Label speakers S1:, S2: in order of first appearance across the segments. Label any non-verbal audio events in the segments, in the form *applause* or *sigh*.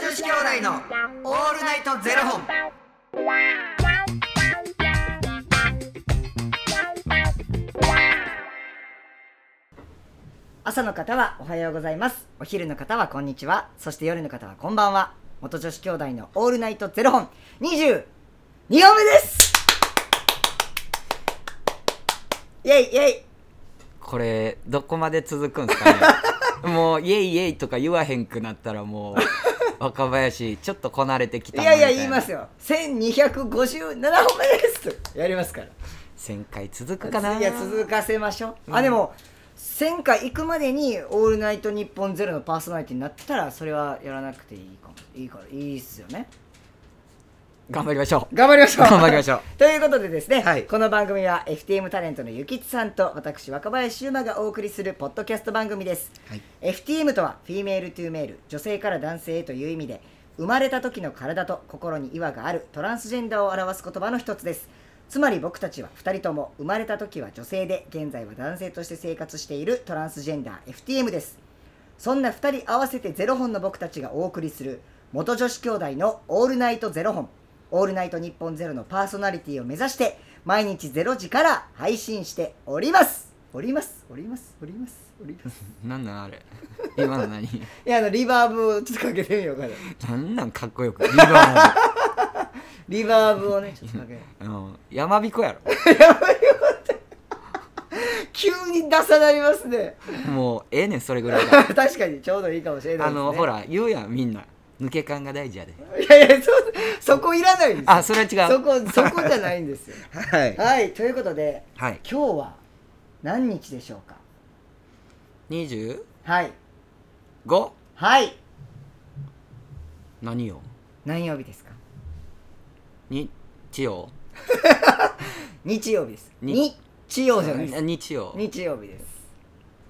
S1: 子兄弟のオールナイトゼロ本。
S2: 朝の方はおはようございますお昼の方はこんにちはそして夜の方はこんばんは元女子兄弟のオールナイトゼロ本22本目ですイェイイェイ
S3: これどこまで続くんですかね *laughs* もうイエイイエイとか言わへんくなった
S2: *laughs*
S3: らもう若林ちょっとこなれてき
S2: い
S3: たな
S2: やいや
S3: みた
S2: 言いますよ1257本目ですやりますから
S3: 1000回続くかない
S2: や続かせましょう、あでも1000回行くまでに「オールナイトニッポンゼロのパーソナリティになったらそれはやらなくていいかもいいからいいっすよね
S3: 頑張りましょう
S2: 頑張りましょう *laughs*
S3: 頑張りましょう
S2: ということでですね、
S3: はい
S2: この番組は FTM タレントのゆきつさんと私若林優馬がお送りするポッドキャスト番組です、
S3: はい
S2: FTM とはフィメールトゥーメール女性から男性へという意味で生まれた時の体と心に違和があるトランスジェンダーを表す言葉の一つですつまり僕たちは2人とも生まれた時は女性で現在は男性として生活しているトランスジェンダー FTM ですそんな2人合わせてゼロ本の僕たちがお送りする元女子兄弟の「オールナイトゼロ本」「オールナイト日本ゼロのパーソナリティを目指して毎日0時から配信しておりますおりますおりますおりますおります
S3: なんなんあれ今の何
S2: いやあのリバーブをちょっとかけてみようかな
S3: なんなんかっこよくリバ
S2: リバーブ *laughs* をねちょっとかけて
S3: ーも、うん、やまびこや
S2: 急に出さなりますね *laughs*
S3: ろもうええねんそれぐらいが
S2: 確かにちょうどいいかもしれない
S3: あ
S2: です、ね、
S3: のほら言うやんみんな抜け感が大事やで
S2: いやいやそそこいらないんですよ
S3: あそれは違う
S2: そこそこじゃないんですよ
S3: は
S2: *laughs*
S3: い
S2: はいということで
S3: はい
S2: 今日は何日でしょうか
S3: 25
S2: はいはい
S3: 何よ
S2: 何曜日ですか
S3: 日曜
S2: 日曜日です
S3: に
S2: 日曜じゃないです
S3: 日曜
S2: 日曜日です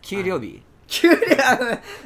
S3: 給料日
S2: 給料あ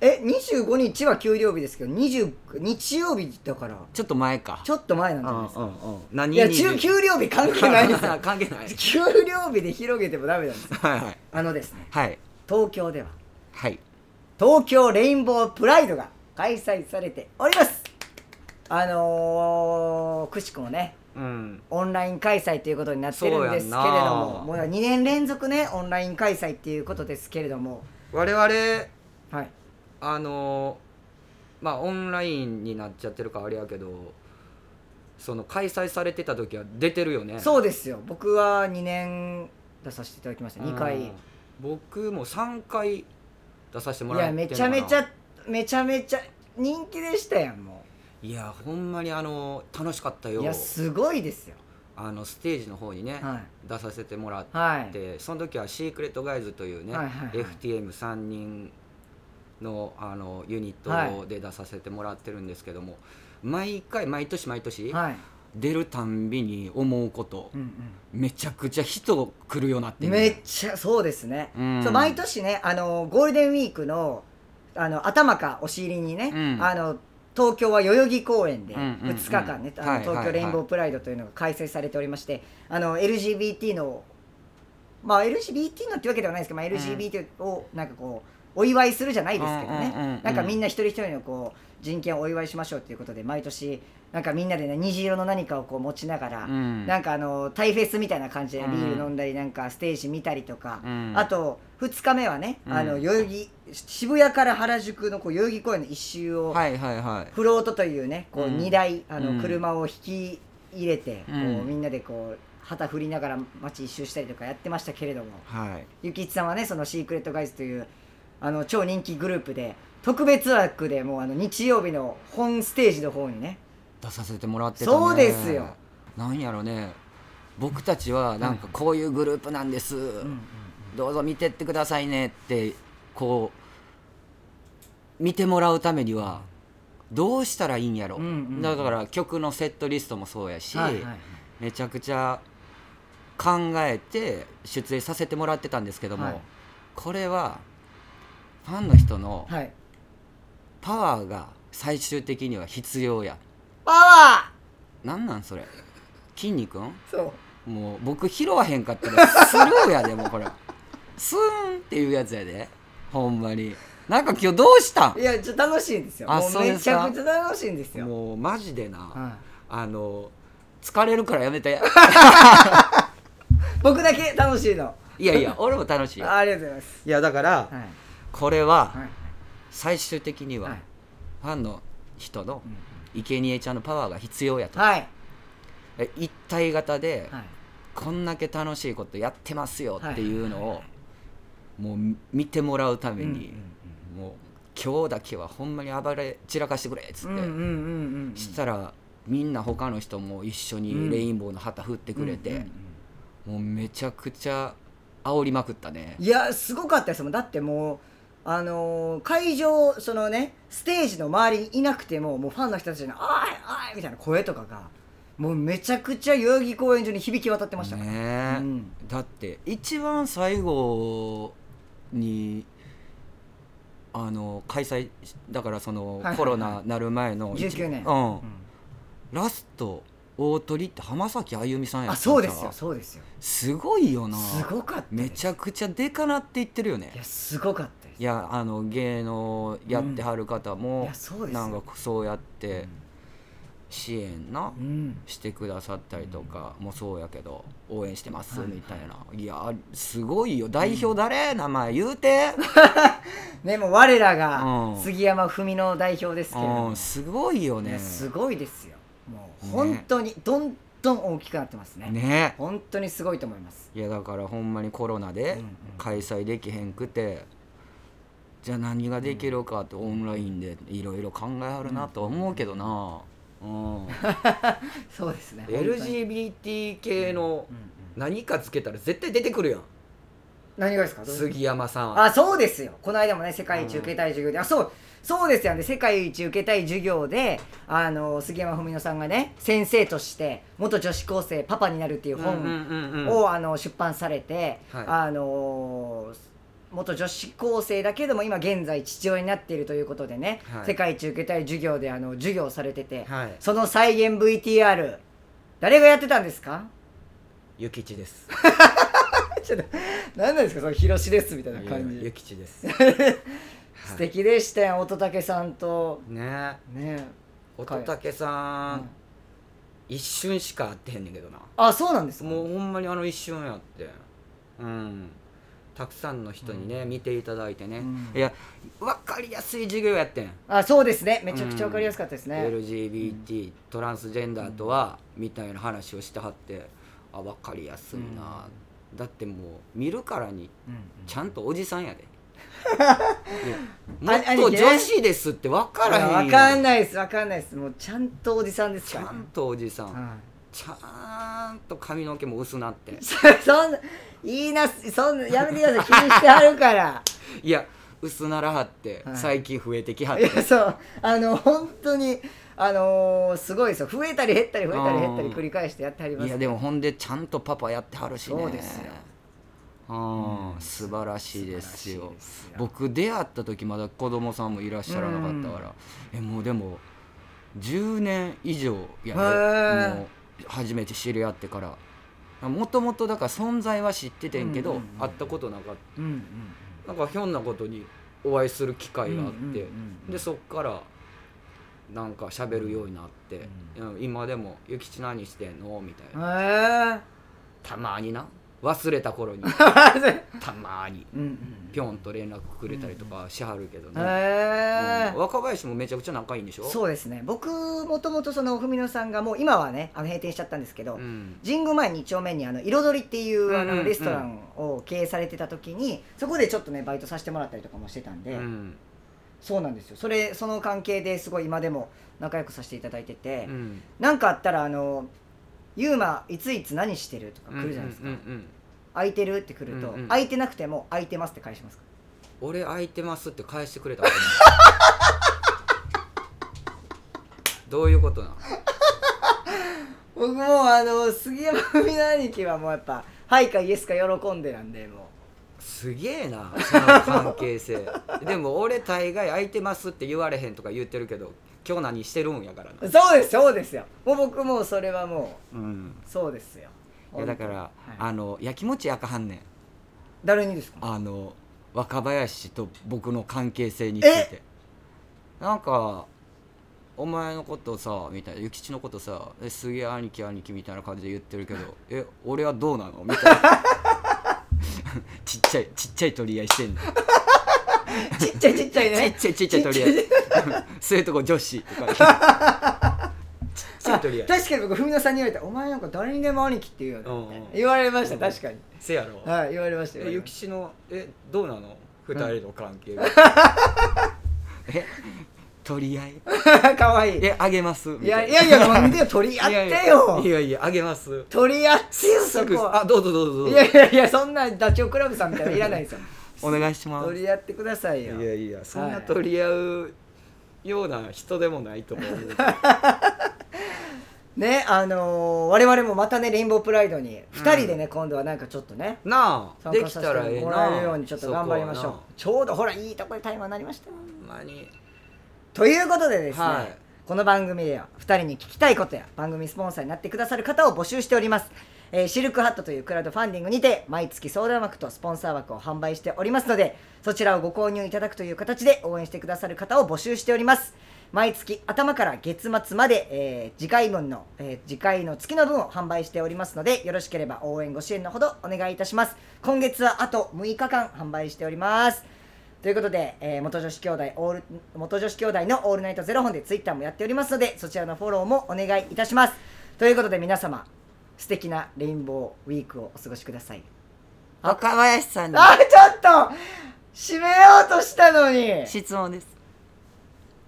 S2: え25日は給料日ですけど20日曜日だから
S3: ちょっと前か
S2: ちょっと前なんじゃないですか
S3: うんうんうん何
S2: いや
S3: に
S2: 中給料日関係ないですよ
S3: *laughs* 関係ない
S2: 給料日で広げてもダメなんですよ
S3: はいはい
S2: あのですね
S3: はい
S2: 東京では
S3: はい
S2: 東京レインボープライドが開催されておりますあのー、くしくもね
S3: うん
S2: オンライン開催ということになってるんですけれど
S3: そうやん
S2: も
S3: な
S2: もう2年連続ねオンライン開催っていうことですけれども
S3: 我々
S2: はい
S3: あのまあオンラインになっちゃってるからあれやけどその開催されてた時は出てるよね
S2: そうですよ僕は2年出させていただきました
S3: うん
S2: 2回い
S3: 僕も3回出させてもらって
S2: や
S3: んの
S2: め
S3: か
S2: ち
S3: な
S2: ゃめちゃめちゃめちゃ人気でしたやんも
S3: いやほんまにあの楽しかった
S2: う
S3: よ
S2: いやすごいですよ
S3: あのステージの方にね、
S2: は
S3: 出させてもらっ
S2: いはい
S3: てその時はシークレットガイズというね、
S2: はいはいはい
S3: FTM3 人のあのユニッ
S2: は
S3: トで出させてもらってるんですけども、毎回毎年毎年、
S2: はい
S3: 出るたんびに思うこと、
S2: うん
S3: めちゃくちゃ人来るようになっ
S2: う
S3: て
S2: ん
S3: んね
S2: めっちゃそうですね
S3: うん
S2: そう毎年ねあのゴールデンウィークのあの頭かお尻にね、
S3: うん
S2: あの東京は代々木公園で
S3: うんうんうん
S2: 2日間ね、
S3: はい
S2: あ
S3: は
S2: の
S3: いはい
S2: 東京レインボープライドというのが開催されておりまして、あの LGBT のまあ LGBT のってわけではないですけど、まあ、LGBT をなんかこうお祝いするじゃないですけどね、
S3: うんうんうんうん
S2: なんかみんな一人一人のこう人権をお祝いしましょうということで毎年なんかみんなでね虹色の何かをこう持ちながら、
S3: うん
S2: なんかあのタイフェスみたいな感じでビール
S3: うん
S2: 飲んだりなんかステージ見たりとか、
S3: うん
S2: あと2日目はね、
S3: うん
S2: あの代々木渋谷から原宿のこう代々木公園の一周を、
S3: はいはいはい
S2: フロートというねこう
S3: うん
S2: 2台、あ
S3: う
S2: の
S3: ん
S2: 車を引き入れて、
S3: うん
S2: こうみんなでこう旗振りながら街一周したりとかやってましたけれども
S3: はい
S2: ゆきいちさんはねそのシークレットガイズというあの超人気グループで特別枠でもうあの日曜日の本ステージの方にね
S3: 出させてもらってた、ね、
S2: そうですよ
S3: なんやろね僕たちはなんかこういうグループなんです、どうぞ見てってくださいねってこう見てもらうためにはどうしたらいいんやろ、
S2: うんうん
S3: だから曲のセットリストもそうやし、
S2: はいはい
S3: めちゃくちゃ考えて出演させてもらってたんですけども、
S2: はい
S3: これはファンの人の
S2: はい
S3: パワーが最終的には必要や
S2: パワ
S3: なんなんそれ筋肉ん
S2: ーそう
S3: もう僕拾わへんかったらスルーやでもうこれスーンっていうやつやでほんまになんか今日どうした
S2: いやちょ楽しいんですよ
S3: あ
S2: もう
S3: そうで
S2: め
S3: す
S2: ちゃ
S3: か
S2: くちゃ楽しいんです
S3: ん
S2: よ
S3: もうマジでな、
S2: は
S3: あの疲れるからやめて
S2: 僕だけ楽しいの
S3: いや
S2: *laughs*
S3: いや俺も楽しいよ
S2: あありがとうございます
S3: いやだから、
S2: はい
S3: これは
S2: はい
S3: 最終的には
S2: はい
S3: ファンの人の
S2: うん
S3: 生贄ちゃんのパワーが必要やと、
S2: はい
S3: え一体型で
S2: はい
S3: こんだけ楽しいことやってますよっていうの
S2: はいは
S3: をもう見てもらうために
S2: うん、
S3: もう今日だけはほんまに暴れ散らかしてくれっつって、
S2: うんうんうんうんうん
S3: したらみんな他の人も一緒にレインボーの旗振ってくれて、
S2: うんうん
S3: もうめちゃくちゃ煽りまくったね
S2: いやすごかったですもんだってもうあのー会場そのねステージの周りにいなくてももうファンの人たちの「あいあい!」みたいな声とかがもうめちゃくちゃ代々木公園中に響き渡ってましたから、
S3: ねえ
S2: うん
S3: だって一番最後にあの開催しだからその
S2: いはいはい
S3: コロナなる前の一
S2: 19年
S3: うん
S2: うん
S3: ラスト大鳥って浜崎あゆみさんや
S2: あ
S3: った
S2: そうですよ
S3: んちゃ
S2: そうですよ
S3: すごいよな
S2: すごかった
S3: めちゃくちゃでかなっていってるよね
S2: いやすごかったです
S3: いやあの芸能やってはる方
S2: い
S3: も
S2: や、そうですよ
S3: なんかそうやって支援な、
S2: うん
S3: してくださったりとかもそうやけど応援してますみたいな、いやすごいよ代表誰、名前言うて、
S2: ねもう我ら
S3: う
S2: が
S3: ん
S2: 杉山文の代表ですけれど
S3: う
S2: も
S3: ん、すごいよ
S2: いや
S3: ね
S2: すごいですよもう
S3: ね
S2: 本当にどんどん大きくなってますね
S3: ね
S2: 本当にすごいと思います
S3: いやだからほんまにコロナで
S2: うんうん
S3: 開催できへんくて、じゃあ何ができるかってオンラインでいろいろ考えはるなと思うけどな、うん
S2: そうですね
S3: LGBT 系の
S2: うんうん
S3: 何かつけたら絶対出てくるやん
S2: 何がですかどういう
S3: 山さん
S2: あそうですよこの間もね世界一受けたい授業で、あそうそうですよね世界一受けたい授業であの杉山文乃さんがね先生として元女子高生パパになるっていう本を、あの出版されて、
S3: はい
S2: あの元女子高生だけども今現在父親になっているということでね、
S3: はい
S2: 世界一受けたい授業であの授業をされてて、
S3: はい
S2: その再現 VTR 誰がやってたんですか
S3: ゆきちです
S2: ちょっと何なんですかその広しですみたいな感じ
S3: ゆきちです
S2: *laughs* 素敵でしたよ乙武さんと
S3: ね
S2: ね
S3: 乙武さん、
S2: うん
S3: 一瞬しか会ってへんねんけどな
S2: あそうなんですか
S3: もうほんまにあの一瞬やってうんたくさんの人にね、見ていただいてね、
S2: うん
S3: いや分かりやすい授業やってん、
S2: あそうですねめちゃくちゃわかりやすかったですね、
S3: LGBT トランスジェンダーとは、みたいな話をしてはってあ分かりやすいな、だってもう見るからに
S2: うん
S3: ちゃんとおじさんやで
S2: *laughs* あ
S3: いや
S2: 兄
S3: もっと
S2: 貴ね
S3: 女子ですって分からへんや
S2: わかんないですわかんないですもうちゃんとおじさんです
S3: ち
S2: か
S3: ゃ
S2: ら
S3: んとおじさん、
S2: はい
S3: ちゃんと髪の毛も薄なって
S2: そそんないいなそんなやめてください気にしてはるから
S3: いや薄ならはって、
S2: はい
S3: 最近増えてきはっ
S2: *laughs* い
S3: て
S2: やそうあの本当にあのーすごいですよ増えたり減ったり増えたり減ったり
S3: うん
S2: 繰り返してやってはります
S3: いやでもほんでちゃんとパパやってはるしね
S2: そうですよ
S3: うん
S2: うん
S3: 素晴らしいです
S2: 素晴
S3: よ
S2: らしいですよ
S3: 僕出会った時まだ子供さんもいらっしゃらなかったから、えもうでも10年以上や
S2: へー
S3: ねもう初めて知り合ってからもともとだから存在は知っててんけ
S2: う
S3: ど、
S2: んうんうん
S3: 会ったことなかっ
S2: うんうん
S3: たなんかひょんなことにお会いする機会があって、
S2: うんうんうんうん
S3: でそっからなんか喋るようになって、うん今でも「諭吉何してんの?」みたいな
S2: うんへえ
S3: たまにな忘れた頃 *laughs* にたまに
S2: うんうん
S3: ぴょんと連絡くれたりとかしはるけど
S2: へ
S3: ね、
S2: え
S3: うん若林もめちゃくちゃ仲いいんでしょ
S2: そうですね僕もともとその文野さんがもう今はねあの閉店しちゃったんですけど、
S3: うん
S2: 神宮前2丁目にあの彩りっていうあ
S3: うんうん
S2: の
S3: うん
S2: レストランを経営されてた時にそこでちょっとねバイトさせてもらったりとかもしてたん
S3: う
S2: で、
S3: ん
S2: そうなんですよそれその関係ですごい今でも仲良くさせていただいてて
S3: う、ん
S2: なんかあったらあの「ユーマいついつ何してる?」とか来るじゃないですか「
S3: うんうんうん
S2: 空いてる?」って来ると、
S3: うんうん
S2: 空いてなくても「空いてます」って返しますか
S3: 俺空いてますって返してくれたわ
S2: *laughs*
S3: どういうことなの
S2: 僕もうあの杉山文乃兄貴はもうやっぱ「はい」か「イエス」か喜んでなんでもう。
S3: すげえなその関係性
S2: *laughs*
S3: でも俺大概空いてますって言われへんとか言ってるけど今日何してるんやからな
S2: そうですそうですよもう僕もうそれはも
S3: う
S2: う
S3: ん
S2: そうですよ
S3: いやだから、
S2: はい
S3: あのやきもち焼かはんねん
S2: 誰にですか
S3: あの若林氏と僕の関係性についてなんかお前のことさみたいな諭吉のことさえすげえ兄貴兄貴みたいな感じで言ってるけ *laughs* どえ俺はどうなのみたいな *laughs* ちっちゃいちっちゃい取り合いしてんの
S2: ちっちゃいちっちゃい
S3: ち
S2: ね
S3: っちゃいちっちゃい取り合い *laughs* そういうとこ女子とか *laughs* ちっちゃい取り合い
S2: 確かに僕文野さんに言われた「お前なんか誰にでも兄貴って言うよね」
S3: うんうん
S2: 言われました確かに
S3: せやろ
S2: はい言われました
S3: え
S2: よ
S3: 諭吉のえどうなの二人の関係が *laughs* え取り合い
S2: *laughs* かわいい
S3: えあげますみ
S2: いや
S3: た
S2: いやいやもう見てよ取り合っ
S3: いやいや
S2: てよ
S3: いやいやあげます
S2: 取り合ってよそ
S3: 即
S2: こは
S3: あどうぞどうぞどう
S2: い
S3: ぞ
S2: やいやいやそんなダチョウ倶楽部さんみたいなのいらないですよ
S3: お願いし *laughs* ます
S2: 取り合ってください
S3: い
S2: よ
S3: やいやそん
S2: は
S3: ない取り合うような人でもないと思う
S2: ねあのー我々もまたねレインボープライドに2人でね、今度はなんかちょっとね
S3: なあ
S2: 参
S3: で
S2: 加
S3: き
S2: さ
S3: たら
S2: せ
S3: え
S2: て
S3: え
S2: もらえ
S3: な
S2: るようにちょっと頑張りましょうちょうどほらいいとこでタイマーになりましたよ
S3: そこはなほんまに
S2: ということでですね、
S3: はい
S2: この番組では2人に聞きたいことや番組スポンサーになってくださる方を募集しております、えーシルクハットというクラウドファンディングにて毎月相談枠とスポンサー枠を販売しておりますのでそちらをご購入いただくという形で応援してくださる方を募集しております毎月頭から月末まで、えー次回分の、えー次回の月の分を販売しておりますのでよろしければ応援ご支援のほどお願いいたします今月はあと6日間販売しておりますということで、えー元女子兄弟オール元女子兄弟のオールナイトゼロ本でツイッターもやっておりますのでそちらのフォローもお願いいたしますということで皆様素敵なレインボーウィークをお過ごしください
S3: 若林さんに
S2: あちょっと締めようとしたのに
S3: 質問です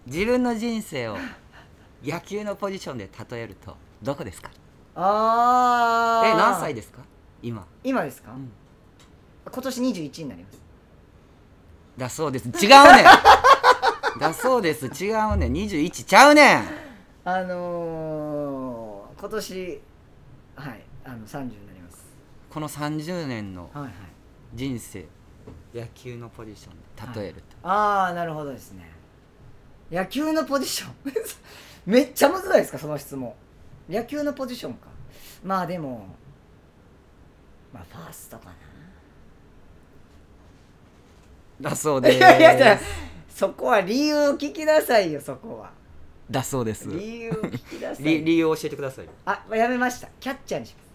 S3: 自分の人生を野球のポジションで例えるとどこですか
S2: ああ
S3: え何歳ですか今
S2: 今ですか、
S3: ん
S2: 今年21になります
S3: だそうです
S2: *laughs*
S3: 違うねんだそうです違うねん21ちゃうねん
S2: あのー、今年はいあの30になります
S3: この30年の
S2: はいはい
S3: 人生野球のポジションで例えると、
S2: ああなるほどですね野球のポジション *laughs* めっちゃむずないですかその質問野球のポジションかまあでもまあファーストか
S3: だそう
S2: な
S3: で
S2: *laughs* い
S3: す
S2: やいやいやそこは理由を聞きなさいよそこは
S3: だそうです理
S2: *laughs* 理由を聞きなさい
S3: 理由を教えてください
S2: あやめましたキャッチャーにします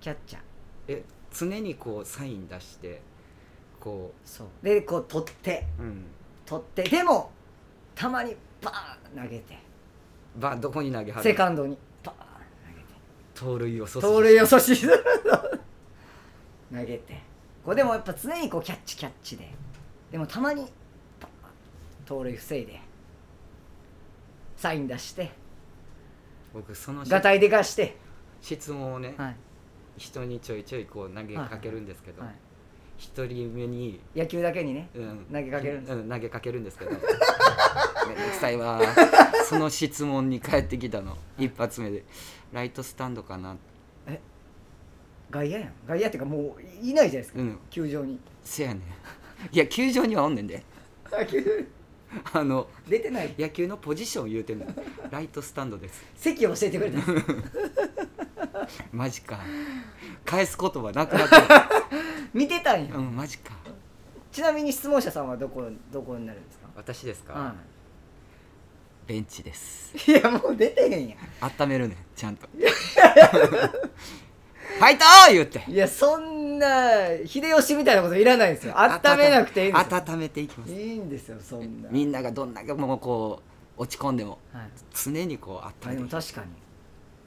S2: キャッチャー
S3: え常にこうサイン出してこ
S2: そうでこう取って
S3: う、うん、
S2: 取ってでもたまにバーン投げて
S3: ばどこに投げは
S2: セ
S3: る
S2: カンドにバーン投げて
S3: 盗塁を阻止
S2: 盗塁を阻止するの投げてこれでもやっぱ常にこうキャッチキャッチででもたまにパッ盗塁防いでサイン出して
S3: 僕その
S2: ガタイでかして、
S3: 質問をね、
S2: はい
S3: 人にちょいちょいこう投げかけるんですけど
S2: は
S3: 一、人目に、
S2: い、野球だけにね
S3: うん、
S2: 投げかけるんです
S3: うん、投げかける
S2: *laughs*
S3: んですけどめんどくさいわその質問に返ってきたの一発目でライトスタンドかな
S2: 外野やん外野っていうかもういいないじゃないですか、
S3: うん
S2: 球場に
S3: せやねんいや球場にはおんねんで
S2: 球場に
S3: あの
S2: 出てない
S3: 野球のポジション言うてんのライトスタンドです
S2: 席を教えてくれ *laughs* たんです
S3: マジか返す言葉なくなった
S2: 見てたん *laughs* よ、
S3: うんマジか
S2: ちなみに質問者さんはどこどこになるんですか、
S3: 私ですか、
S2: は
S3: ベンチです
S2: い、いやもう出てへんや
S3: 温めるねんちゃんとファイトー言って
S2: んいやそんな秀吉みたいなこといらないんですよ温めなくていいんですよ
S3: 温めていきます
S2: いいんですよそんな、
S3: みんながどんだけもうこう落ち込んでも
S2: はい、
S3: 常にこう
S2: あで
S3: 温め
S2: も
S3: てい
S2: 確かに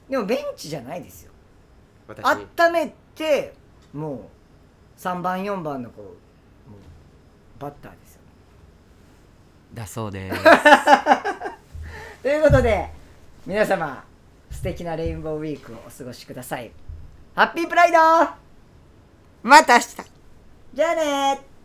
S2: でもベンチじゃないですよ
S3: 私
S2: 温めてもう3番4番のこうもうバッターですよ
S3: だそうです
S2: ということで皆様素敵なレインボーウィークをお過ごしくださいハッピープライド *laughs*
S3: また明日
S2: じゃあねー